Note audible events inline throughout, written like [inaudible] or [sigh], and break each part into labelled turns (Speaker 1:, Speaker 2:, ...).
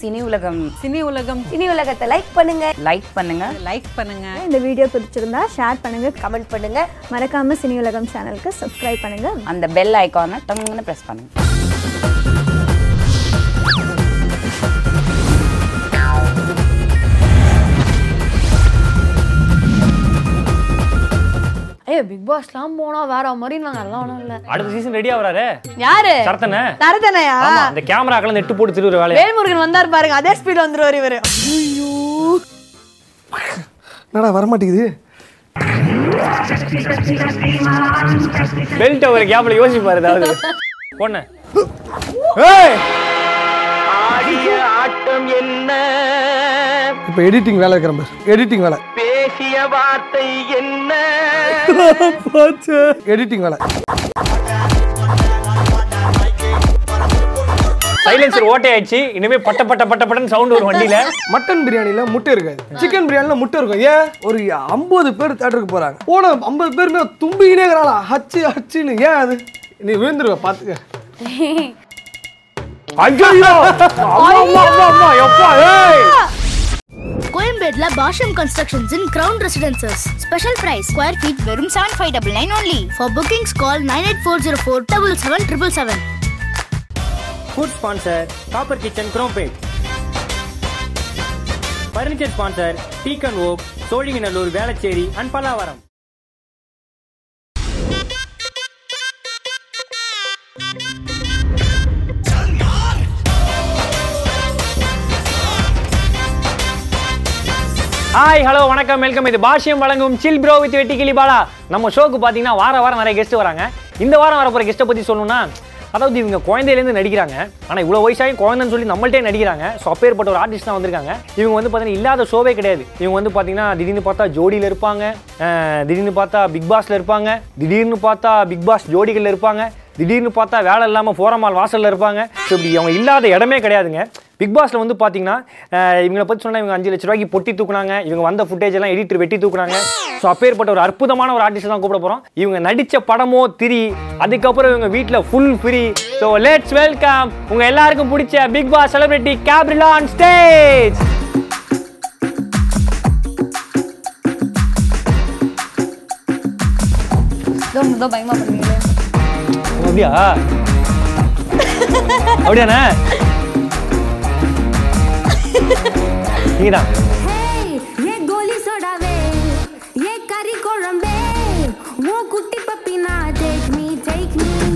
Speaker 1: Cine உலகம்
Speaker 2: cine உலகம்
Speaker 3: cine உலகத்தை லைக் பண்ணுங்க
Speaker 1: லைக் பண்ணுங்க
Speaker 2: லைக் பண்ணுங்க
Speaker 4: இந்த வீடியோ பிடிச்சிருந்தா ஷேர் பண்ணுங்க
Speaker 3: கமெண்ட் பண்ணுங்க
Speaker 4: மறக்காம சினி உலகம் சேனலுக்கு சப்ஸ்கிரைப் பண்ணுங்க
Speaker 1: அந்த பெல் ஐக்கானை டங்குன்னு ப்ரெஸ் பண்ணுங்க
Speaker 5: ஏய் பிக் பாஸ்லாம் போனா வேற மாதிரி நாங்க அதெல்லாம் ஒண்ணும் இல்ல
Speaker 6: அடுத்த சீசன் ரெடியா வராரு
Speaker 5: யாரு
Speaker 6: சரத்தனே
Speaker 5: தரதனையா
Speaker 6: ஆமா அந்த கேமராக்கெல்லாம் நெட்டு போட்டு திருவுற வேலையா
Speaker 5: வேல்முருகன் வந்தார் பாருங்க அதே ஸ்பீட்ல வந்துருவாரு இவரு
Speaker 7: என்னடா வரமாட்டேங்குது
Speaker 6: பெல்ட் அவர் கேப்ல யோசிப்பாரு ஏதாவது பொண்ணு
Speaker 7: இப்போ எடிட்டிங் வேலை இருக்கிற பாரு எடிட்டிங் வேலை பேசிய வார்த்தை என்ன எடிட்டிங் வேலை
Speaker 6: சைலன்சர் ஓட்டை ஆயிடுச்சு இனிமே பட்ட பட்ட பட்ட பட்டன்னு சவுண்ட் வரும் வண்டியில
Speaker 7: மட்டன் பிரியாணியில முட்டை இருக்காது சிக்கன் பிரியாணில முட்டை இருக்கும் ஏன் ஒரு ஐம்பது பேர் தேட்டருக்கு போறாங்க போன ஐம்பது பேருமே தும்பிக்கினே இருக்கிறாளா ஹச்சு ஹச்சுன்னு ஏன் அது நீ விழுந்துருவ பாத்துக்க
Speaker 6: ஐயோ அம்மா அம்மா அம்மா எப்பா ஏய்
Speaker 8: கோயம்பேட்ல Bashyam constructions in ground residences special price square feet வெறும் seven five double nine only for bookings call nine eight four zero four double seven triple seven
Speaker 9: food sponsor copper kitchen Chromepet furniture sponsor deacon okay Sholinganallur Velachery and Pallavaram
Speaker 6: hi hello வணக்கம் welcome இது பாஷ்யம் வழங்கும் chill bro with வெட்டி கிளி பாலா நம்ம ஷோக்கு பார்த்தீங்கன்னா வார வாரம் நிறைய கெஸ்ட் வராங்க இந்த வாரம் வரப்போகிற கெஸ்ட்டை பற்றி சொல்லணும்னா அதாவது இவங்க குழந்தையிலேருந்து நடிக்கிறாங்க ஆனால் இவ்வளோ வயசாயும் குழந்தைன்னு சொல்லி நம்மள்ட்டே நடிக்கிறாங்க ஸோ அப்பேற்பட்ட ஒரு ஆர்டிஸ்ட் தான் வந்திருக்காங்க இவங்க வந்து பார்த்தீங்கன்னா இல்லாத ஷோவே கிடையாது இவங்க வந்து பார்த்தீங்கன்னா திடீர்னு பார்த்தா ஜோடியில் இருப்பாங்க அஹ், திடீர்னு பார்த்தா பிக் பாஸில் இருப்பாங்க திடீர்னு பார்த்தா பிக் பாஸ் ஜோடிகளில் இருப்பாங்க திடீர்னு பார்த்தா வேலை இல்லாமல் ஃபோரமால் வாசலில் இருப்பாங்க ஸோ இப்படி அவங்க இல்லாத இடமே கிடையாதுங்க பிக் பாஸில் வந்து பார்த்தீங்கன்னா அஹ், இவங்களை பற்றி சொன்னால் இவங்க அஞ்சு லட்ச ரூபாய்க்கு பொட்டி தூக்குனாங்க இவங்க வந்த ஃபுட்டேஜ் எல்லாம் எடிட்டர் வெட்டி தூக்குனாங்க ஸோ அப்பேற்பட்ட ஒரு அற்புதமான ஒரு ஆர்டிஸ்ட் தான் கூப்பிட போகிறோம் இவங்க நடித்த படமோ திரி அதுக்கப்புறம் இவங்க வீட்டில் full free so let's welcome உங்கள் எல்லாருக்கும் பிடிச்ச big pass celebrity Gabriella on stage
Speaker 2: பயமா பண்ணுவீங்களே
Speaker 6: அப்படியா அப்படியாண்ணே நீதான்
Speaker 10: ये गोली सोडा वे ये करी कोळंबे वो कुट्टी पप्पी ना टेक मी टेक मी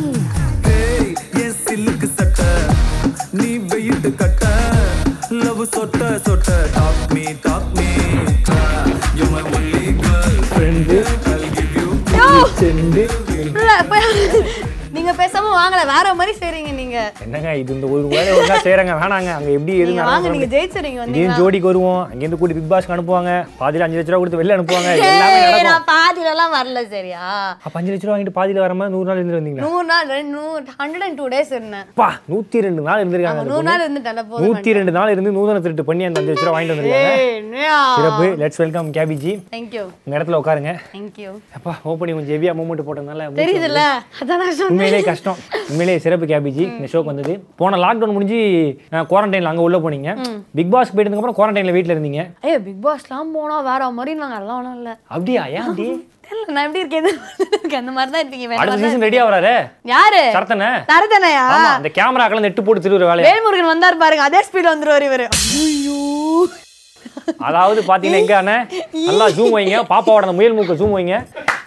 Speaker 5: நீங்க பேசாம வாங்கல வேற மாதிரி செய்றீங்க நீங்க
Speaker 6: என்னங்க இது இந்த ஒரு வேலை ஒழுங்கா செய்றாங்க வேணாங்க அங்க எப்படி எது
Speaker 5: நீங்க வாங்க நீங்க
Speaker 6: நடக்கும்
Speaker 5: ஜெயிச்சிருங்க வந்து
Speaker 6: இங்கேயும் ஜோடிக்கு வருவோம் அங்கேருந்து கூட்டி பிக் பாஸ்க்கு அனுப்புவாங்க பாதியில அஞ்சு லட்ச ரூபா கொடுத்து வெளில அனுப்புவாங்க எல்லாமே
Speaker 5: ஏய்,
Speaker 6: நடக்கும்
Speaker 5: நான் பாதியில எல்லாம் வரல சரியா
Speaker 6: அப்ப அஞ்சு லட்ச ரூபா வாங்கிட்டு பாதியில வர மாதிரி நூறு நாள் இருந்து வந்தீங்களா
Speaker 5: நூறு நாள் ரெண்டு நூறு ஹண்ட்ரட் அண்ட் டூ டேஸ் இருந்தேன்
Speaker 6: அப்பா நூத்தி ரெண்டு நாள் இருந்திருக்காங்க
Speaker 5: ஆமா,
Speaker 6: அந்த
Speaker 5: நூறு நாள்
Speaker 6: பொண்ணு.
Speaker 5: இருந்துட்டேன்
Speaker 6: நூத்தி
Speaker 5: போதும்
Speaker 6: ரெண்டு நாள் இருந்து நூதன திருட்டு பண்ணி அந்த அஞ்சு லட்ச ரூபா வாங்கிட்டு வந்திருக்காங்க சிறப்பு லெட்ஸ் வெல்கம் கேபிஜி
Speaker 5: தேங்க்யூ
Speaker 6: உங்க இடத்துல உட்காருங்க
Speaker 5: தேங்க்யூ
Speaker 6: அப்பா ஓப்பனிங் கொஞ்சம் ஹெவியா மூமெண்ட் போட்டதுனால மூச்சு
Speaker 5: தெரியுதுல்ல அதான் நான் சொன்னேன்
Speaker 6: உண்மையிலே கஷ்டம் உண்மையிலே சிறப்பு கேபிஜி இந்த ஷோக்கு வந்தது போன லாக்டவுன் முடிஞ்சு குவாரண்டைன்ல அங்க உள்ள போனீங்க பிக் பாஸ் போயிட்டதுக்கு அப்புறம் குவாரண்டைன்ல வீட்ல இருந்தீங்க
Speaker 5: ஏய் பிக் பாஸ்லாம் போனா வேற மாதிரி நாங்க அதெல்லாம் ஒண்ணும் இல்ல
Speaker 6: அப்படியா ஏன் அப்படி
Speaker 5: தெரியல நான் எப்படி இருக்கேன் [laughs] அந்த மாதிரி தான் இருப்பீங்க [laughs] வேற
Speaker 6: அடுத்த
Speaker 5: மாதிரி தான்
Speaker 6: சீசன் ரெடியா வராரு
Speaker 5: இருப்பீங்க. யாரு
Speaker 6: சரத்தனே
Speaker 5: தரதனையா
Speaker 6: ஆமா அந்த கேமராக்கெல்லாம் நெட்டு போட்டு திருவுற வேலையா
Speaker 5: வேல்முருகன் வந்தார் பாருங்க அதே ஸ்பீட்ல வந்துருவாரு இவரு
Speaker 6: அதாவது பாத்தீங்கன்னா எங்க
Speaker 5: [laughs]
Speaker 6: அண்ணே நல்லா ஜூம் வைங்க பாப்பாவோட அந்த முயல் மூக்க ஜூம் வைங்க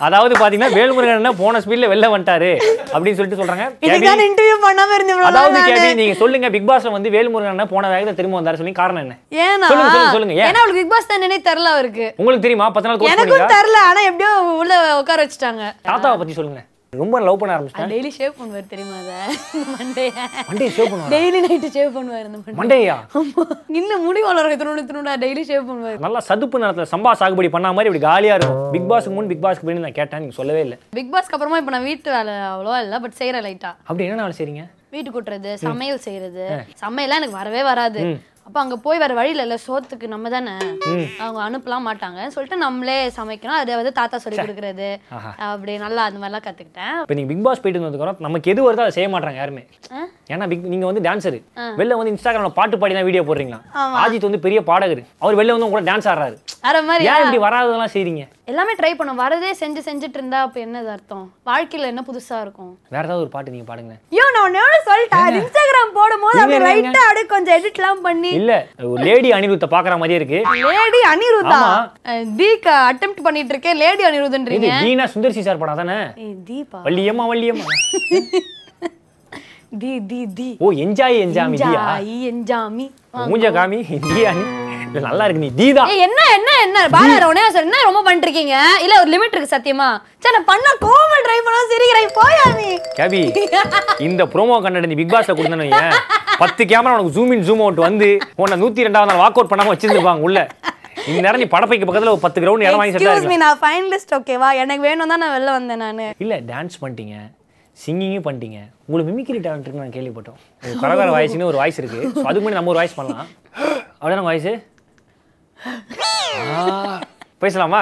Speaker 6: அதாவது பாத்தீங்கன்னா வேல்முருகன் அண்ணன் போன ஸ்பீட்ல வெளில வந்துட்டாரு அப்படின்னு சொல்லிட்டு சொல்றாங்க
Speaker 5: இதுக்கு
Speaker 6: கேபி,
Speaker 5: தான் இன்டர்வியூ பண்ணாம இருந்தேன் இவ்வளவு
Speaker 6: அதாவது
Speaker 5: நாளு.
Speaker 6: கேபி நீங்க சொல்லுங்க பிக் பாஸ்ல வந்து வேல்முருகன் அண்ணன் போன வேகத்துல திரும்ப வந்தாரு சொல்லி காரணம் என்ன
Speaker 5: ஏன்னா
Speaker 6: சொல்லுங்க, சொல்லுங்க, சொல்லுங்க, ஏன்?
Speaker 5: ஏன்னா அவளுக்கு பிக் பாஸ் தானே தெரியல அவருக்கு
Speaker 6: உங்களுக்கு தெரியுமா பத்து நாள் கோர்ஸ்
Speaker 5: எனக்கும்
Speaker 6: பண்ணீங்க
Speaker 5: தெரியல ஆனா எப்படியோ உள்ள உட்கார வச்சுட்டாங்க
Speaker 6: தாத்தாவை பத்தி சொல்லுங்க ரொம்ப லவ் பண்ண ஆரம்பிச்சிட்டேன்
Speaker 5: டெய்லி ஷேவ் பண்ணுவார் தெரியுமா அத மண்டே
Speaker 6: மண்டே ஷோ பண்ணுவாங்க
Speaker 5: டெய்லி நைட் ஷேவ் பண்ணுவார் இந்த மண்டே
Speaker 6: மண்டேயா
Speaker 5: இன்னும் முடி வளர திருண்டு திருண்டா டெய்லி ஷேவ் பண்ணுவார்
Speaker 6: நல்லா சதுப்பு நிலத்துல சம்பா சாகுபடி பண்ண மாதிரி இப்படி காலியா இருக்கும் பிக் பாஸ்க்கு முன் பிக் பாஸ்க்கு போய் நான் கேட்டேன் நீங்க சொல்லவே இல்லை
Speaker 5: பிக் பாஸ்க்கு அப்புறமா இப்ப நான் வீட்டு வேலை அவ்வளவா இல்ல பட் செய்யற லைட்டா
Speaker 6: அப்படி என்ன நாள் செய்றீங்க
Speaker 5: வீட்டு கூட்டுறது சமையல் செய்யறது சமையல்லாம் எனக்கு வரவே வராது அப்போ அங்கே போய் வேற வழி இல்லைல்ல சோத்துக்கு நம்ம தானே அவங்க அனுப்பலாம் மாட்டாங்க சொல்லிட்டு நம்மளே சமைக்கணும் அது வந்து தாத்தா சொல்லி கொடுக்குறது
Speaker 6: ஆஹா.
Speaker 5: அப்படி நல்லா அது மாதிரிலாம் கற்றுக்கிட்டேன்
Speaker 6: இப்போ நீங்கள் பிக் பாஸ் போயிட்டு வந்ததுக்கப்புறம் நமக்கு எது வருதோ அதை செய்ய மாட்டாங்க யாருமே ஏன்னா பிக் நீங்கள் வந்து டான்ஸரு வெளில வந்து இன்ஸ்டாகிராமில் பாட்டு பாடி தான் வீடியோ போடுறீங்களா ஆஜித் வந்து பெரிய பாடகர் அவர் வெளில வந்து உங்க கூட டான்ஸ் ஆடுறாரு
Speaker 5: வேற மாதிரி
Speaker 6: ஏன் இப்படி வராததெல்லாம் செய்றீங்க
Speaker 5: எல்லாமே ட்ரை பண்ணோம் வரதே செஞ்சு செஞ்சுட்டு இருந்தா அப்போ என்னது அர்த்தம் வாழ்க்கையில் என்ன புதுசா இருக்கும்
Speaker 6: வேற ஏதாவது ஒரு பாட்டு நீங்கள் பாடுங்களேன்
Speaker 5: ஐயோ நான் ஒன்று சொல்லிட்டேன் இன்ஸ்டாகிராம் போடும்போது
Speaker 6: நீங்க
Speaker 5: அப்படி
Speaker 6: என்னங்க?
Speaker 5: லைட்டாக அப்படியே கொஞ்சம் எடிட்லாம் பண்ணி
Speaker 6: இல்ல ஒரு லேடி அனிருத்தை பார்க்குற மாதிரியே இருக்கு
Speaker 5: லேடி அனிருதா
Speaker 6: ஆமா.
Speaker 5: அஹ், தீக்கு அட்டெம்ட் பண்ணிட்டு இருக்கேன் லேடி
Speaker 6: இது
Speaker 5: அனிருதன்றீங்க
Speaker 6: தீனா சுந்தர்சி சார் படம் தானே
Speaker 5: ஏய், தீபா
Speaker 6: வள்ளியம்மா வள்ளியம்மா
Speaker 5: தி தி தி
Speaker 6: ஓ என்ஜாய் என்ஜாமி தியா
Speaker 5: ஜாயி என் ஜாமி
Speaker 6: மூஞ்ச காமி தியா நீ இது நல்லா இருக்கு நீ தீதா
Speaker 5: ஏய், என்ன என்ன என்ன பாலாரோனே சார் என்ன ரொம்ப பண்ணிட்டு இருக்கீங்க இல்ல ஒரு லிமிட் இருக்கு சத்தியமா சரி நான் பண்ண கோவம் ட்ரை பண்ணா சிரிக்கிறேன் போயா நீ
Speaker 6: கேபி இந்த ப்ரோமோ கண்டென்ட் நீ பிக் பாஸ்ல கொடுத்தனு பத்து கேமரா உனக்கு ஜூம் இன் ஜூம் அவுட் வந்து உன்னை நூத்தி ரெண்டாவது நாள் வாக் அவுட் பண்ணாம வச்சிருந்துருப்பாங்க உள்ள இந்த நேரம் நீ படப்பைக்கு பக்கத்துல ஒரு பத்து கிரவுண்ட் இடம் வாங்கி
Speaker 5: எக்ஸ்கியூஸ் மீ
Speaker 6: செட்டாக
Speaker 5: நான் ஃபைனலிஸ்ட் ஓகேவா எனக்கு வேணும் தான் நான் வெளில வந்தேன் நானு
Speaker 6: இல்ல டான்ஸ் பண்ணிட்டீங்க சிங்கிங்கும் பண்ணிட்டீங்க உங்களுக்கு மிமிக்ரி டேலண்ட் இருக்குன்னு நான் கேள்விப்பட்டோம் உங்களுக்கு கரகார வாய்ஸ்னு ஒரு வாய்ஸ் இருக்கு So, அதுக்கு முன்னாடி நம்ம ஒரு வாய்ஸ் பண்ணலாம் அப்படியே நம்ம வாய்ஸ் பேசலாமா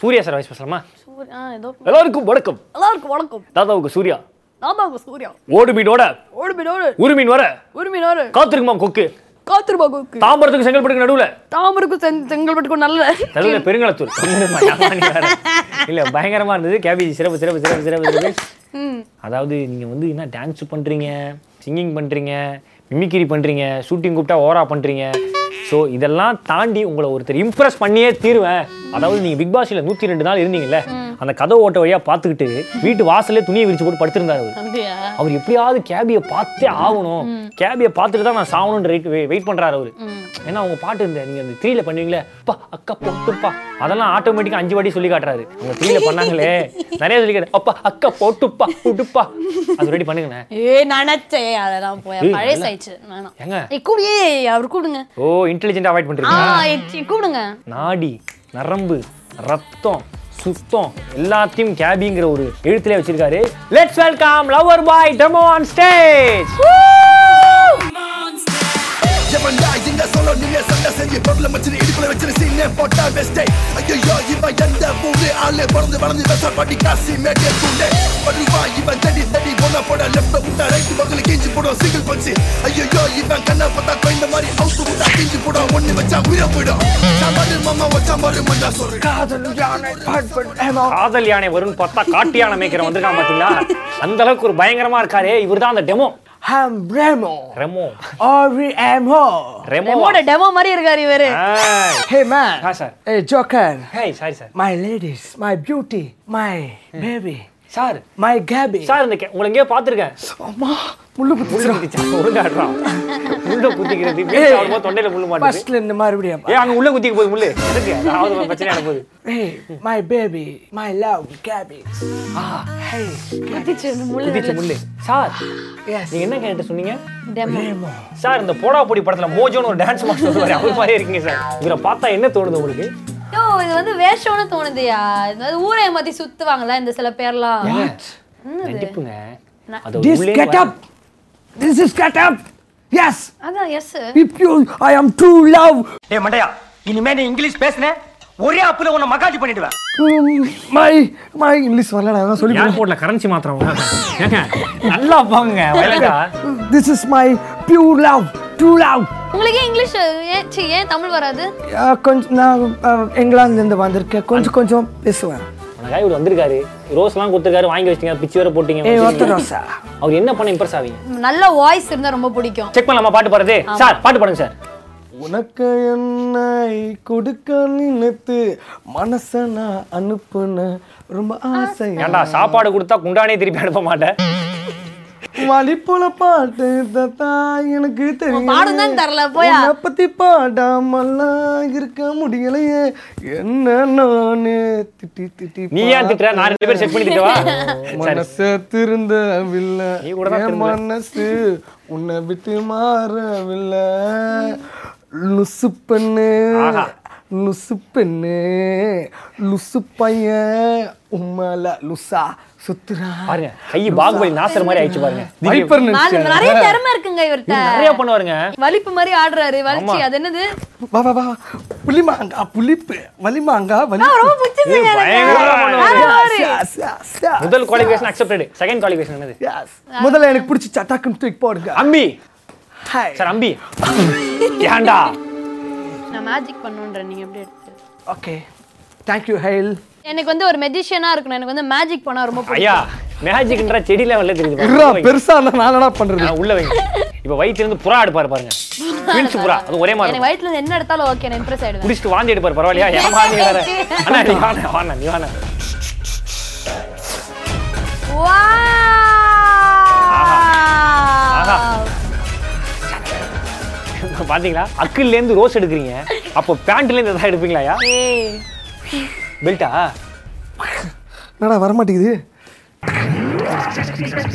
Speaker 6: சூர்யா சார் வாய்ஸ் பேசலாமா
Speaker 5: சூர்- ஆ, ஏதோ
Speaker 6: எல்லாருக்கும் வணக்கம்
Speaker 5: எல்லாருக்கும் வணக்கம்
Speaker 6: தாத்தாவுக்கு சூர்யா
Speaker 5: நான் தான் உங்க சூர்யா
Speaker 6: ஓடு மீனோட
Speaker 5: ஓடு மீனோடு
Speaker 6: உரு மீன் வர
Speaker 5: ஒரு மீனோடு
Speaker 6: காத்திருக்குமா கொக்கு
Speaker 5: காத்துருபா கோக்கு
Speaker 6: தாம்பரத்துக்கு செங்கல்பட்டுக்கு நடுவுல
Speaker 5: தாமருக்கும் செங்- செங்கல்பட்டுக்கும் நல்ல
Speaker 6: நடுவுல பெருங்கலத்தூர் பெருங்கலமா, ஏம்மா நீ வேற? இல்ல பயங்கரமா இருந்தது கேபிஜி சிறப்பு சிறப்பு சிறப்பு சிறப்பு சிறப்பு அதாவது நீங்க வந்து என்ன டான்ஸ் பண்றீங்க சிங்கிங் பண்றீங்க மிமிக்ரி பண்றீங்க ஷூட்டிங் கூப்பிட்டா ஓரா பண்றீங்க ஸோ இதெல்லாம் தாண்டி உங்களை ஒருத்தர் இம்ப்ரெஸ் பண்ணியே தீருவேன் அதாவது நீங்க பிக் பாஸ்ல நூத்தி ரெண்டு நாள் இருந்தீங்கல்ல அந்த கதை ஓட்ட வழியா பார்த்துக்கிட்டு வீட்டு வாசல்லே துணியை விரிச்சு போட்டு படுத்திருந்தாரு அவரு.
Speaker 5: அப்படியா
Speaker 6: அவர் எப்படியாவது கேபியை பார்த்தே ஆகணும் கேபியை பார்த்துட்டு தான் நான் சாகணும்னு வெயிட் வெயிட் பண்றாரு அவரு ஏன்னா அவங்க பாட்டு இந்த நீங்க அந்த த்ரீல பண்ணுவீங்களே பா அக்கா போட்டுப்பா அதெல்லாம் ஆட்டோமேட்டிக்கா அஞ்சு வாட்டி சொல்லி காட்டுறாரு அவங்க த்ரீல பண்ணாங்களே நிறைய சொல்லி காட்டு அப்பா அக்கா போட்டுப்பா போட்டுப்பா அது ரெடி பண்ணுங்கண்ணே
Speaker 5: ஏய் நினைச்சே அதெல்லாம் போய்
Speaker 6: ஏய்,
Speaker 5: பழைய
Speaker 6: நல்லா-
Speaker 5: சாயிச்சு வேணாம்
Speaker 6: ஏங்க
Speaker 5: ஏய் கூப்பிடு ஏய் அவர் கூப்பிடுங்க
Speaker 6: ஓ இன்டெலிஜென்ட் அவாய்ட்
Speaker 5: ஆ
Speaker 6: பண்றீங்க
Speaker 5: ஏய், சீ, கூப்பிடுங்க
Speaker 6: நாடி நரம்பு ரத்தம் சுத்தம் எல்லாத்தையும் கேபிங்கிற ஒரு எழுத்துல வச்சிருக்காரு let's welcome lover boy demo on stage
Speaker 3: எவன்டா இங்க solo நீங்க சண்டை செஞ்சு பொருளை மச்சினு இடுப்புல வச்சிரு scene ஏ போட்டா waste ஏ. ஐயையோ, இவன் எந்த ஊரு ஆளு? பொறந்து வளர்ந்து விவசாய பாட்டி காசி மேட்டே பூண்டு. வருவா இவன் தேடி தேடி ஒண்ணா போட left விட்டா right பக்கத்துல கீஞ்சு போடும் single punch. ஐயையோ, இவன் கண்ணை பார்த்தா குழந்தை மாதிரி அவுத்து விட்டா கீஞ்சு போடும். ஒண்ணு வச்சா உயிரை போயிடும். சாம்பாரு மாமா வச்சா மாறு மண்டா சொல்றேன்
Speaker 7: காதல் யானை பாட்பன் ஏமா
Speaker 6: காதல் யானை வரும்னு பார்த்தா காட்டு யானை மேய்க்கிற வந்திருக்கான் பாத்தீங்களா அந்த அளவுக்கு ஒரு பயங்கரமா இருக்காரு இவர் தான் அந்த டெமோ
Speaker 7: ஹம் பிரேமோ
Speaker 6: ரெமோ
Speaker 7: ஆரி ஆம் ஹோ
Speaker 6: ரெமோ
Speaker 5: ரெமோட டெமோ மாதிரி இருக்காரு இவரு
Speaker 7: hey man
Speaker 6: Hi, sir.
Speaker 7: A joker
Speaker 6: hey sorry sir
Speaker 7: my ladies my beauty my baby
Speaker 6: sir
Speaker 7: my கேபி
Speaker 6: சார் இந்த கே- உங்களை எங்கேயோ பார்த்துருக்கேன்
Speaker 7: அம்மா முள்ளு புத்திரா
Speaker 6: ஒழுங்காடுறான் முள்ள குத்திக்கிறது
Speaker 7: ஏய்.
Speaker 6: பேச்சு அவ்வளவா தொண்டையில முள்ளு மாட்டேங்குது
Speaker 7: ஃபர்ஸ்ட்ல இருந்து மறுபடியும்
Speaker 6: ஏ அங்க உள்ள குத்திக்க போகுது முள்ளு எதுக்கு அதாவது ஒரு பிரச்சனை ஆன போகுது
Speaker 7: hey my baby my love கேபி ஹே
Speaker 6: குத்திச்சு முள்ளு சார்
Speaker 7: எஸ்
Speaker 6: நீங்க என்ன கேட்டு சொன்னீங்க
Speaker 7: பிரேமோ
Speaker 6: சார் இந்த போடா பொடி படத்துல மோஜோன்னு ஒரு டான்ஸ் மாஸ்டர் வருவாரு அவர் மாதிரியே இருக்கீங்க சார் இவரை பார்த்தா என்ன தோணுது உங்களுக்கு
Speaker 5: ஐயோ இது வந்து வேஷம்னு தோணுதுயா இது வந்து ஊரை ஏமாத்தி சுத்துவாங்கல்ல இந்த சில பேர்லாம்
Speaker 6: நடிப்புங்க அது
Speaker 7: This
Speaker 6: உள்ளே
Speaker 7: get
Speaker 6: வர-
Speaker 7: up. This is get up. Yes.
Speaker 5: அதான் yes
Speaker 7: If you, I am true love.
Speaker 9: ஏ மண்டையா இனிமே நீ இங்கிலீஷ் பேசுன ஒரே அப்புல உன்னை மகாஜி பண்ணிடுவேன்
Speaker 7: Mm, My, my English வரலடா நான் சொல்லி
Speaker 6: ஏர்போர்ட்ல கரன்சி மாத்திரம் ஏங்க நல்லா பாங்க வயலண்டா
Speaker 7: This is my pure love, true love. Ah,
Speaker 5: உங்களுக்கு ஏன் இங்கிலீஷ் ஏன் ச்சீ, ஏன் தமிழ் வராது
Speaker 7: அஹ், கொஞ்சம் நான் அஹ், இங்கிலாந்துலேருந்து வந்திருக்கேன் கொஞ்சம் கொஞ்சம் பேசுவேன்
Speaker 6: உனக்காக இவர் வந்திருக்காரு ரோஸ்லாம் கொடுத்துருக்காரு வாங்கி வச்சிட்டீங்க பிச்சு வேற போட்டீங்க
Speaker 7: ஏய்
Speaker 6: வச்சிட்டீங்க.
Speaker 7: ஒத்துறோம் சார்
Speaker 6: அவர் என்ன பண்ண இம்ப்ரெஸ் ஆவீங்க
Speaker 5: நல்ல வாய்ஸ் இருந்தா ரொம்ப பிடிக்கும்
Speaker 6: செக் பண்ணலாமா பாட்டு பாடுறது சார் பாட்டு பாடுங்க சார்
Speaker 7: உனக்கு என்னை கொடுக்க நினைத்து மனச நான் அனுப்புன ரொம்ப ஆசை
Speaker 6: ஏன்டா சாப்பாடு கொடுத்தா குண்டானே திருப்பி அனுப்ப மாட்டேன்
Speaker 7: வலிப்புல பாட்டு தத்தா எனக்கு தெரியும்
Speaker 5: பாடும் தான் தரல, போயா.
Speaker 7: உன்னை பத்தி பாடாமல்லாம் இருக்க முடியலையே என்ன நானு திட்டி திட்டி
Speaker 6: நீ ஏன் திட்டுற நான் ரெண்டு பேரும் செட் பண்ணி திட்டவா [laughs] சரி.
Speaker 7: மனச திருந்தவில்லை
Speaker 6: நீ கூட தான்
Speaker 7: என்
Speaker 6: திருந்த.
Speaker 7: மனசு உன்னை விட்டு மாறவில்லை லுசு பெண்ணு
Speaker 6: ஆஹா.
Speaker 7: லுசு பெண்ணு லுசு பையன் உம்மல லுசா சுத்துறா
Speaker 6: பாருங்க கை பாகுபலி நாசர் மாதிரி ஆயிடுச்சு பாருங்க
Speaker 7: வைப்பர்
Speaker 5: நான்
Speaker 7: நினைச்சேன்.
Speaker 5: நிறைய திறமை இருக்குங்க இவர்ட்ட
Speaker 6: நிறைய பண்ணுவாருங்க
Speaker 5: வலிப்பு மாதிரி ஆடுறாரு வலிச்சு அது என்னது
Speaker 7: வா வா வா வா. புளிமாங்கா புளிப்பு வலிமாங்கா வலி
Speaker 5: நான் ரொம்ப [laughs] பிடிச்சிருக்கேன்
Speaker 6: பயங்கரமா பண்ணுவாரு.
Speaker 5: எனக்கு
Speaker 6: முதல் குவாலிஃபிகேஷன் அக்செப்டட் செகண்ட் குவாலிஃபிகேஷன் என்னது
Speaker 7: முதல்ல எனக்கு பிடிச்சி டக்குன்னு தூக்கி போடுங்க
Speaker 6: அம்பி
Speaker 7: Hi.
Speaker 6: சார் அம்பி ஏன்டா
Speaker 5: நான் மேஜிக் பண்ணுன்ற நீங்க எப்படி எடுத்து
Speaker 7: ஓகே தேங்க்யூ ஹைல்
Speaker 5: எனக்கு வந்து ஒரு மெஜிஷியனா இருக்கணும் எனக்கு வந்து மேஜிக் பண்ணா ரொம்ப பிடிக்கும்
Speaker 6: ஐயா மேஜிக்ன்ற செடி லெவல்ல தெரியுது
Speaker 7: இருடா
Speaker 6: பாருங்க.
Speaker 7: பெருசா இருந்தா நான் என்னடா பண்றது
Speaker 6: ஆ, உள்ள வைங்க இப்ப வயித்துல இருந்து புறா எடுப்பாரு பாருங்க பிரின்ஸ் புறா அது ஒரே மாதிரி
Speaker 5: எனக்கு
Speaker 6: இருக்கும்.
Speaker 5: வயிற்றுல இருந்து என்ன எடுத்தாலும் ஓகே நான் இம்ப்ரெஸ் ஆயிடுவேன்
Speaker 6: குடிச்சிட்டு வாந்தி எடுப்பாரு பரவாயில்லையா ஏமாந்து வேற அண்ணா நீ வாண்ணா வாண்ணா நீ வாண்ணா ஆஹா.
Speaker 5: Wow!
Speaker 6: பாத்தீங்களா அக்கில்ல இருந்து ரோஸ் எடுக்கிறீங்க அப்போ பேண்ட்ல இருந்து எதாவது எடுப்பீங்களாயா
Speaker 5: ஏய்,
Speaker 6: பெல்ட்டா
Speaker 7: என்னடா வர மாட்டேங்குது
Speaker 5: எனக்கு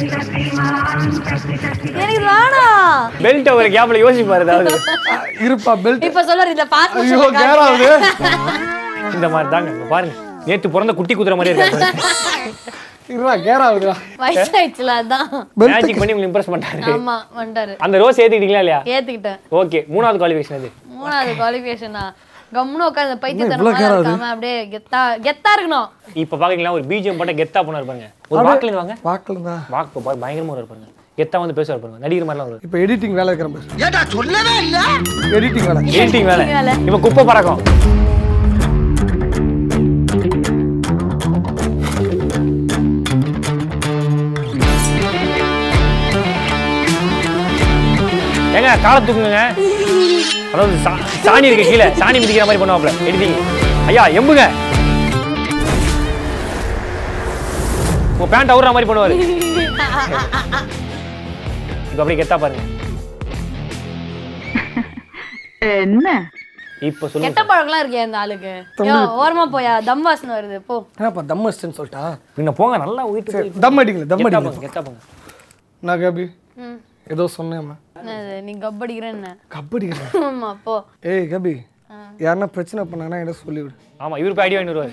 Speaker 5: இது வேணாம்
Speaker 6: பெல்ட் ஒரு கேப்ல யோசிப்பாரு ஏதாவது
Speaker 7: ஆ, இருப்பா பெல்ட்
Speaker 5: இப்ப சொல்லுவாரு இதுல பாஸ்
Speaker 7: ஐயோ கேராது
Speaker 6: இந்த மாதிரி தாங்க இங்க பாருங்க நேத்து பிறந்த குட்டி குதிரை மாதிரி இருக்காரு
Speaker 7: இருடா கேராகுதுடா
Speaker 5: வயசாயிடுச்சுல அதான்
Speaker 6: மேஜிக் பண்ணி உங்களுக்கு இம்ப்ரெஸ் பண்ணிட்டாரு
Speaker 5: ஆமா வந்துட்டாரு
Speaker 6: அந்த ரோஸ் ஏத்திட்டீங்களா இல்லையா
Speaker 5: ஏத்துக்கிட்டேன்
Speaker 6: ஓகே மூணாவது குவாலிஃபிகேஷன் அது
Speaker 5: மூணாவது குவாலிஃபிகேஷனா கம்முன்னு உட்காந்து
Speaker 7: இவ்ளோ
Speaker 5: பைத்தியத்தனமா
Speaker 7: கேரா இது?
Speaker 5: இருக்காம அப்படியே கெத்தா கெத்தா இருக்கணும்
Speaker 6: இப்ப பாக்கீங்களா ஒரு பிஜிஎம் போட்ட கெத்தா போனாரு பாருங்க ஒரு வாக்குல வாங்க
Speaker 7: வாக்கில் தான்
Speaker 6: வாக்கு பாரு பயங்கரமா வருவாரு பாருங்க கெத்தா வந்து பேசுவார் பாருங்க நடிகர் மாதிரிலாம் வருவார்
Speaker 7: இப்போ எடிட்டிங் வேலை இருக்கிற மாதிரி எடிட்டிங் வேலை
Speaker 6: எடிட்டிங் வேலை
Speaker 5: Editing வேலை.
Speaker 6: இப்ப குப்பை பறக்கும் ஏங்க காலை தூக்குங்க அதாவது சா- சாணி இருக்கு கீழே சாணி மிதிக்கிற மாதிரி பண்ணுவாப்ல எடிட்டிங் ஐயா எம்புங்க உங்க பேண்ட் அவுற மாதிரி பண்ணுவாரு இப்ப அப்படியே கெத்தா பாருங்க இப்ப
Speaker 5: கெட்ட
Speaker 6: சொல்லுங்க
Speaker 5: பழக்கம்லாம் இருக்கே அந்த ஆளுக்கு யோ ஓரமா போயா தம் வாசனை வருது போ
Speaker 7: என்னப்பா தம் அடிச்சுன்னு சொல்லிட்டா
Speaker 6: பின்ன போங்க நல்லா வீட்டுக்கு
Speaker 7: சரி
Speaker 6: போய்
Speaker 7: தம் அடிக்கல தம்
Speaker 6: கெத்தா
Speaker 7: அடிக்கல
Speaker 6: போங்க கெத்தா போங்க
Speaker 7: நான் கபி ஏதோ சொன்னேம்மா
Speaker 5: என்னது, நீ கப்படிக்கிறேன்னு
Speaker 7: கபடிக்கிறேன்
Speaker 5: ஆமா போ
Speaker 7: ஏய் கபி யாருன்னா பிரச்சனை பண்ணானா என்ன சொல்லிவிடு
Speaker 6: ஆமா இவரு போய் ஐடியா வாங்கிடுவாரு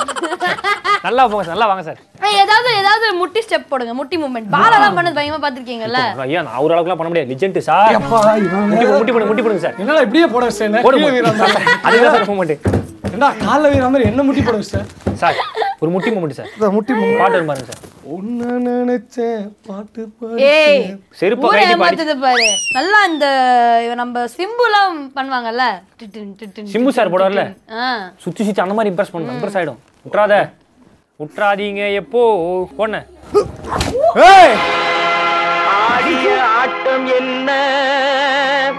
Speaker 6: நல்லா போங்க சார் நல்லா வாங்க சார்
Speaker 5: ஏய், ஏதாவது ஏதாவது முட்டி ஸ்டெப் போடுங்க முட்டி மூமெண்ட் பாலெல்லாம் பண்ணது பயமா பாத்திருக்கீங்கல்ல
Speaker 6: ஐயா நான் ஒரு அளவுக்குலாம் பண்ண முடியாது லிஜெண்ட் சார்
Speaker 7: எப்பா இவன்
Speaker 6: முட்டி போடு, முட்டி போடுங்க முட்டி போடுங்க சார்
Speaker 7: [laughs] என்னடா இப்படியே போட வச்சேன்
Speaker 6: போடுங்க அதுதான் சார் மூமெண்ட்
Speaker 7: என்ன கால வீர மாதிரி என்ன முட்டி போட வச்சேன்
Speaker 6: சார் ஒரு முட்டி மூமெண்ட் சார்
Speaker 7: முட்டி
Speaker 6: பாட்டு வரும் பாருங்க சார்
Speaker 7: ஒன்னு நினைச்சேன் பாட்டு
Speaker 5: ஏய்
Speaker 6: செருப்பை
Speaker 5: ஊரே
Speaker 6: கழட்டி பாடி-
Speaker 5: ஏமாத்துது பாரு நல்லா அந்த இவ நம்ம சிம்புலாம் பண்ணுவாங்கல்ல டிடின், டிடின்,
Speaker 6: சிம்பு சார் போடுவார்ல
Speaker 5: ஆ.
Speaker 6: சுத்தி சுத்தி அந்த மாதிரி இம்ப்ரெஸ் பண்ணணும் இம்ப்ரெஸ் ஆயிடும் உட்றாத உட்றாதீங்க எப்போ ஒண்ணு
Speaker 7: ஏய்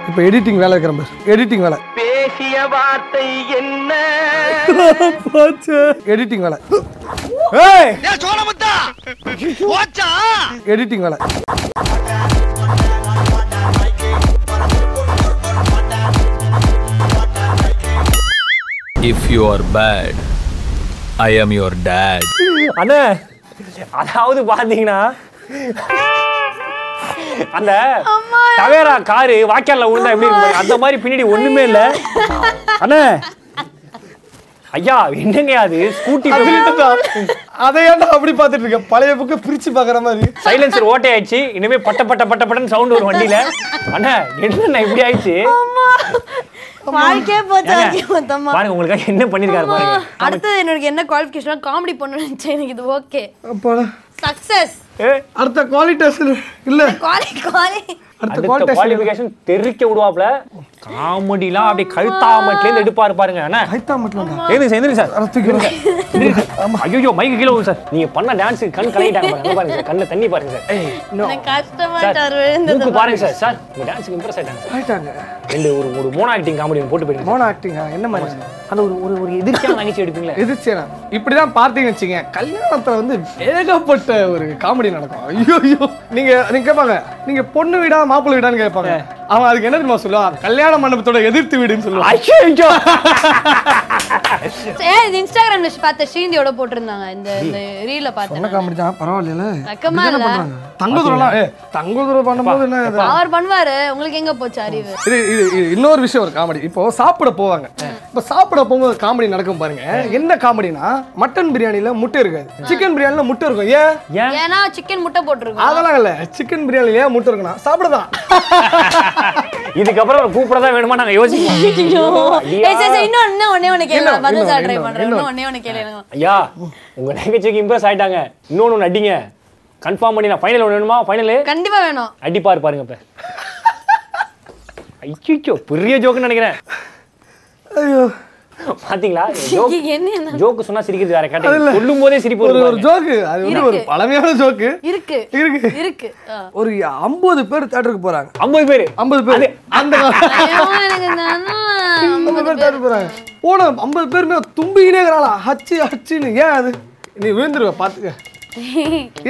Speaker 7: இப்போ எடிட்டிங் வேலை இருக்கிற மாதிரி எடிட்டிங் வேலை பேசிய வார்த்தை என்ன எடிட்டிங் வேலை ஏய் எடிட்டிங் வேலை
Speaker 11: If you are bad, I am your dad.
Speaker 6: அண்ணே அதாவது பாத்தீங்கன்னா அந்த டவேரா காரு வாய்க்கால்ல விழுந்தா எப்படி இருக்கும் பாருங்க. அந்த மாதிரி பின்னாடி ஒண்ணுமே இல்ல அண்ணே ஐயா என்னங்க அது ஸ்கூட்டி
Speaker 7: அதை ஏன்டா அப்படி பார்த்துட்டு இருக்க பழைய புக்கை பிரிச்சு பார்க்குற மாதிரி
Speaker 6: சைலன்சர் ஓட்டை ஆயிடுச்சு இனிமே பட்ட பட்ட பட்ட பட்டன்னு சவுண்ட் வரும் வண்டியில அண்ணா என்ன இப்படி ஆயிடுச்சு
Speaker 5: வாழ்க்கையே போச்சு
Speaker 6: ஏங்க,
Speaker 5: ஆச்சு மொத்தமா
Speaker 6: பாருங்க உங்களுக்காக என்ன பண்ணிருக்காரு பாருங்க
Speaker 5: அடுத்தது என்னோட என்ன குவாலிஃபிகேஷன் காமெடி பண்ணணும்னு எனக்கு இது ஓகே
Speaker 7: அப்பாடா
Speaker 5: சக்சஸ்
Speaker 6: ஏ,
Speaker 7: அடுத்த குவாலிட்டி இல்ல
Speaker 5: காலி காலி
Speaker 7: அடுத்த
Speaker 6: அடுத்த
Speaker 7: குவாலிட்டி
Speaker 6: குவாலிபிகேஷன் தெரிக்க விடுவாப்ல காமெடிலாம் அப்படியே கழுத்தாமட்ல இருந்து எடுப்பாரு பாருங்க அண்ணா
Speaker 7: ஐத்தா மட்டும்
Speaker 6: எந்திரிச்சு எந்திரிச்சு சார்
Speaker 7: தூக்கிறேன்
Speaker 6: ஐயோ மைக்கு கீழே விழும் சார் நீங்க பண்ண டான்ஸுக்கு கண் கலையிட்டாங்க பாருங்க அங்க பாருங்க சார் கண்ணை தண்ணி பாருங்க சார் ஏய்,
Speaker 5: எனக்கு கஷ்டமா
Speaker 6: சார்,
Speaker 5: அவர் விழுந்தது
Speaker 6: மூக்கு பாருங்க சார் சார் உங்க டான்ஸுக்கு இம்ப்ரெஸ் ஆயிட்டாங்க சார்.
Speaker 7: ஆயிட்டாங்க
Speaker 6: ரெண்டு ஒரு ஒரு மோனோ ஆக்டிங் காமெடி ஒன்று போட்டு போயிருக்கீங்க
Speaker 7: மோன ஆக்டிங்கா என்ன மாதிரி
Speaker 6: அந்த ஒரு ஒரு ஒரு எதிர்க்கியான நகைச்சுவை எடுப்பீங்களே
Speaker 7: எதிர்ச்சேனா இப்படிதான் பார்த்தீங்கன்னு வச்சுங்க கல்யாணத்துல வந்து ஏகப்பட்ட ஒரு காமெடி நடக்கும் ஐயோ ஐயோ நீங்க நீங்க கேட்பாங்க நீங்க பொண்ணு வீடா மாப்பிள்ளை வீடான்னு கேட்பாங்க அவன் அதுக்கு என்ன தெரியுமா சொல்லுவான் கல்யாண மண்டபத்தோட எதிர்த்து வீடுன்னு சொல்லுவான்
Speaker 6: ஐயோ
Speaker 5: ஏ இது இன்ஸ்டாகிராம்ல பார்த்த ஸ்ரீந்தியோட போட்டிருந்தாங்க இந்த இந்த ரீல பார்த்தேன்
Speaker 7: சொன்ன காமெடி தான் பரவாயில்ல
Speaker 5: வெக்கமா இல்ல
Speaker 7: தங்கதுரம்லாம் ஏ தங்கதுரம் பண்ணும்போது என்ன இது?
Speaker 5: அவர் பண்ணுவாரு உங்களுக்கு எங்க போச்சு அறிவு
Speaker 7: இது இது இது இன்னொரு விஷயம் ஒரு காமெடி இப்போ சாப்பிட போவாங்க இப்போ சாப்பிட போகும்போது காமெடி நடக்கும் பாருங்க என்ன காமெடினா மட்டன் பிரியாணியில முட்டை இருக்காது சிக்கன் பிரியாணில முட்டை இருக்கும் ஏன்
Speaker 5: ஏன்னா சிக்கன் முட்டை போட்டிருக்கோம்
Speaker 7: அதெல்லாம் இல்ல சிக்கன் பிரியாணில ஏன் முட்டை இருக்குன்னா சாப்பிடதான்
Speaker 6: இதுக்கப்புறம் கூப்பிடதான் வேணுமா நாங்க யோசிப்போம்
Speaker 5: ஏய், சரி, சரி, இன்னும் இன்னும் ஒண்ணே ஒண்ணு கேளு
Speaker 6: இன்னும்,
Speaker 5: நான் பதில்
Speaker 6: இன்னும்,
Speaker 5: சொல்ல ட்ரை
Speaker 6: இன்னும்,
Speaker 5: பண்றேன்
Speaker 6: இன்னும்.
Speaker 5: இன்னும் ஒண்ணே ஒண்ணு கேளு எனக்கு.
Speaker 6: ஐயா உங்க நகைச்சுவைக்கு இம்ப்ரெஸ் ஆயிட்டாங்க இன்னொன்னு அடிங்க கன்ஃபார்ம் பண்ணி நான் ஃபைனல் வேணுமா ஃபைனலு
Speaker 5: கண்டிப்பா வேணும்
Speaker 6: அடிப்பார் பாருங்க இப்ப ஐயோ பெரிய ஜோக்குன்னு நினைக்கிறேன்
Speaker 7: ஐயோ
Speaker 6: பாத்தீங்களா ஜோக்
Speaker 5: என்ன
Speaker 6: ஜோக்கு சொன்னா சிரிக்கிறது வேற கேட்டது சொல்லும் போதே சிரிப்பு
Speaker 7: ஒரு
Speaker 6: வரும்
Speaker 7: ஒரு ஜோக்கு அது வந்து ஒரு
Speaker 5: இருக்கு.
Speaker 7: பழமையான ஜோக்கு
Speaker 5: இருக்கு
Speaker 7: இருக்கு.
Speaker 5: இருக்கு ஆ.
Speaker 7: ஒரு ஐம்பது பேர் தேட்டருக்கு போறாங்க
Speaker 6: ஐம்பது பேர்
Speaker 7: ஐம்பது பேர் அந்த காலம்
Speaker 5: ஐயோ, எனக்கு நானும்
Speaker 7: ஐம்பது பேர் தேட்டருக்கு போறாங்க போன ஐம்பது பேருமே தும்பிக்கினே இருக்கிறாளா ஹச்சு ஹச்சுன்னு ஏன் அது நீ விழுந்துருவ பாத்துக்க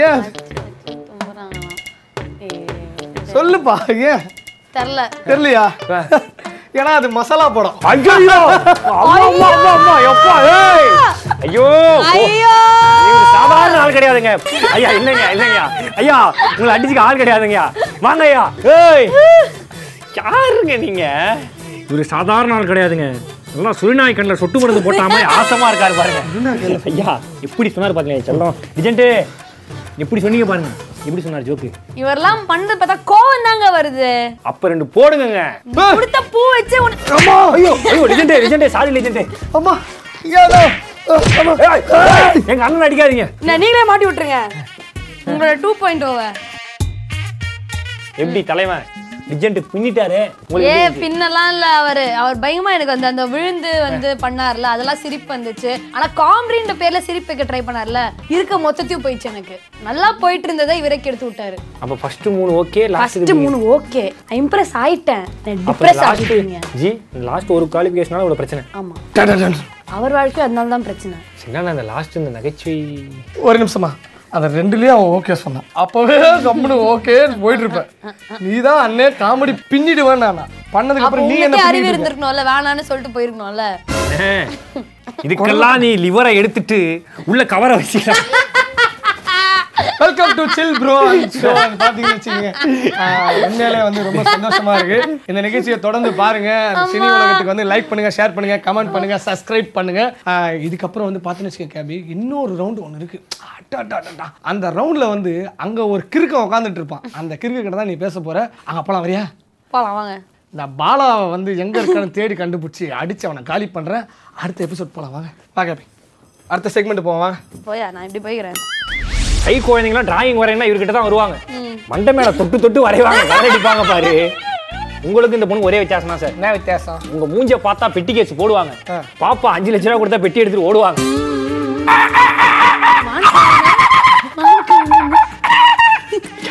Speaker 7: ஏன் அது?
Speaker 5: தும்புறாங்களாம். ஏய்,
Speaker 7: சொல்லுப்பா ஏன்
Speaker 5: தெரியல
Speaker 7: தெரியலையா ஏன்னா அது மசாலா படம்
Speaker 6: ஐயோ அம்மா அம்மா அம்மா அம்மா எப்பா ஏய் ஐயோ
Speaker 5: ஐயோ
Speaker 6: இவரு சாதாரண ஆள் கிடையாதுங்க ஐயா என்னங்க என்னங்க ஐயா உங்களை அடிச்சுக்க ஆள் கிடையாதுங்கய்யா வாங்க ஐயா ஏய் யாருங்க நீங்க இவரு சாதாரண ஆள் கிடையாதுங்க நல்லா சுருநாய் கண்ணில் சொட்டு மருந்து போட்டாம ஆசமா இருக்காரு பாருங்க ஐயா எப்படி சொன்னார் பாருங்க செல்லம் விஜயன்ட்டு எப்படி சொன்னீங்க பாருங்க எப்படி சொன்னார் ஜோக்கு
Speaker 5: இவரெல்லாம் பண்ணது பார்த்தா கோவம் தாங்க வருது
Speaker 6: அப்ப ரெண்டு போடுங்க
Speaker 5: கொடுத்த பூ வச்சு உனக்கு
Speaker 7: அம்மா ஐயோ
Speaker 6: ஐயோ லிஜெண்டே லிஜெண்டே சாரி லிஜெண்டே
Speaker 7: அம்மா ஏதோ அம்மா
Speaker 6: எங்க அண்ணன் அடிக்காதீங்க
Speaker 5: நான் நீங்களே மாட்டி விட்டுருங்க உங்களோட டூ பாயிண்ட் ஓவை
Speaker 6: எப்படி தலைவன் லிஜெண்ட் பின்னிட்டாரு
Speaker 5: ஏ
Speaker 6: உங்களுக்கு எப்படி
Speaker 5: பின்னெல்லாம் இல்ல அவரு அவர் பயமா எனக்கு வந்து அந்த விழுந்து வந்து பண்ணார்ல அதெல்லாம் சிரிப்பு வந்துச்சு ஆனா காமெடின்ற பேர்ல சிரிப்பு வைக்க ட்ரை பண்ணார்ல இருக்க மொத்தத்தையும் போயிடுச்சு எனக்கு நல்லா போயிட்டு இருந்ததை இவரே எடுத்து விட்டாரு
Speaker 6: அப்ப ஃபர்ஸ்ட் மூணு ஓகே
Speaker 5: ஃபர்ஸ்ட்
Speaker 6: லாஸ்ட்
Speaker 5: மூணு ஓகே இம்ப்ரெஸ் ஆயிட்டேன்
Speaker 6: அப்புறம்
Speaker 5: டிப்ரெஸ்
Speaker 6: லாஸ்ட்
Speaker 5: ஆகிட்டீங்க
Speaker 6: ஜி லாஸ்ட் ஒரு குவாலிஃபிகேஷனால இவ்வளவு பிரச்சனை
Speaker 5: ஆமா
Speaker 7: டடடன்.
Speaker 5: அவர் வாழ்க்கை அதனால தான் பிரச்சனை
Speaker 6: சரிங்களா நான் அந்த லாஸ்ட் இந்த நகைச்சுவை
Speaker 7: ஒரு நிமிஷமா அந்த ரெண்டுலயும் அவன் ஓகே சொன்னான் அப்பவே கம்முனு ஓகே போயிட்டு இருப்பேன் நீ தான் அண்ணே காமெடி பின்னிடுவேன் நானா பண்ணதுக்கு
Speaker 5: அப்ப
Speaker 7: அப்புறம் நீ என்ன
Speaker 5: உங்களுக்கே அறிவு
Speaker 7: பண்ணிட்டு இருக்க?
Speaker 5: இருந்திருக்கணும்ல வேணான்னு சொல்லிட்டு போயிருக்கணும்ல
Speaker 6: அண்ணே, இதுக்கெல்லாம் நீ லிவரை எடுத்துட்டு உள்ள கவரை வச்சுக்கலாம்
Speaker 7: welcome to chill bro show பாத்தீங்கன்னு வச்சுக்கோங்க ஆஹ், உண்மையிலே வந்து ரொம்ப சந்தோஷமா இருக்கு இந்த நிகழ்ச்சியை தொடர்ந்து பாருங்க அந்த சினி உலகத்துக்கு வந்து லைக் பண்ணுங்க ஷேர் பண்ணுங்க கமெண்ட் பண்ணுங்க சப்ஸ்கிரைப் பண்ணுங்க ஆஹ், இதுக்கப்புறம் வந்து பார்த்தீங்கன்னு வச்சுக்கோங்க கேபி இன்னொரு ரவுண்டு ஒன்று இருக்கு அடா, அடா, அடா, அடா. அந்த ரவுண்ட்ல வந்து அங்க ஒரு கிறுக்க உட்காந்துட்டு இருப்பான் அந்த கிறுக்க கிட்ட தான் நீ பேச போற அங்க போலாம் வரியா
Speaker 5: போலாம் வாங்க
Speaker 7: நான் பாலாவை வந்து எங்க இருக்கான்னு தேடி கண்டுபிடிச்சி அடிச்சு அவனை காலி பண்றேன் அடுத்த எபிசோட் போலாம் வாங்க வா கேபி அடுத்த செக்மெண்ட் போவோம் வாங்க
Speaker 5: போயா நான் இப்படி போய்க்கிறேன்
Speaker 6: கை குழந்தைங்களாம் டிராயிங் வரையினா இவர்கிட்ட தான் வருவாங்க மண்டை மேல தொட்டு தொட்டு வரைவாங்க வரையடிப்பாங்க பாரு உங்களுக்கு இந்த பொண்ணு ஒரே வித்தியாசம் தான் சார்
Speaker 7: என்ன வித்தியாசம்
Speaker 6: உங்க மூஞ்ச பார்த்தா பெட்டி கேஸ் போடுவாங்க
Speaker 7: ஆ.
Speaker 6: பாப்பா அஞ்சு லட்ச ரூபா கொடுத்தா பெட்டி எடுத்துட்டு ஓடுவாங்க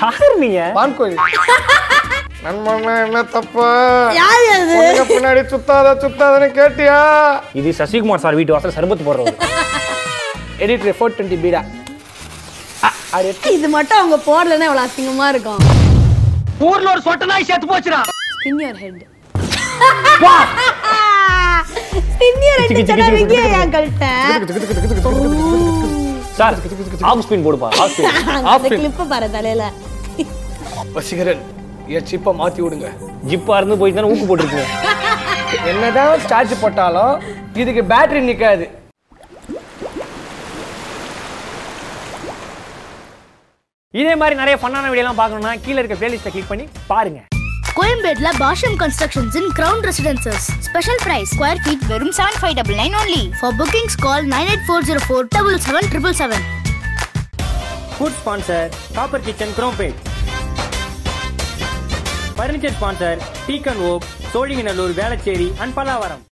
Speaker 6: யாரு நீங்க
Speaker 7: வான்கோழி நண்பனா என்ன தப்பு பொண்ணுங்க பின்னாடி சுத்தாத சுத்தாதன்னு கேட்டியா
Speaker 6: இது சசிகுமார் சார் வீட்டு வாசல் சர்பத் போடுறது
Speaker 7: எடிட்டர் ஃபோர் டுவெண்ட்டி பீடா
Speaker 5: இது மட்டும் அவங்க போடலன்னா எவ்வளவு அசிங்கமா இருக்கும்
Speaker 6: ஊர்ல ஒரு சொட்ட நாய் செத்து போச்சுடா
Speaker 5: spin your head spin your
Speaker 6: Kichu,
Speaker 5: head
Speaker 6: கிச்சு,
Speaker 5: சொன்னா
Speaker 6: கிச்சு,
Speaker 5: விக்கியா என் கழுத்தை
Speaker 6: சார் ஆஃப் ஸ்பின் போடுப்பா ஆஃப் ஸ்பின்
Speaker 5: அந்த கிளிப்பு பாரு தலையில
Speaker 7: வசீகரன் என் சிப்பை மாத்தி விடுங்க
Speaker 6: ஜிப்பா இருந்து போயிட்டு தானே ஊக்கு போட்டுருக்கீங்க
Speaker 7: என்னதான் சார்ஜ் போட்டாலும் இதுக்கு பேட்டரி நிக்காது
Speaker 6: இதே மாதிரி நிறைய ஃபன்னான வீடியோலாம் பார்க்கணும்னா கீழே இருக்க பிளேலிஸ்ட்டை கிளிக் பண்ணி பாருங்க
Speaker 8: கோயம்பேட்ல Bashyam constructions in ground residences special price square feet வெறும் seven five double nine only for bookings call nine eight four zero four double seven triple seven
Speaker 9: food sponsor copper kitchen Chromepet furniture sponsor டீக்கன் ஓப் Sholinganallur Velachery and Pallavaram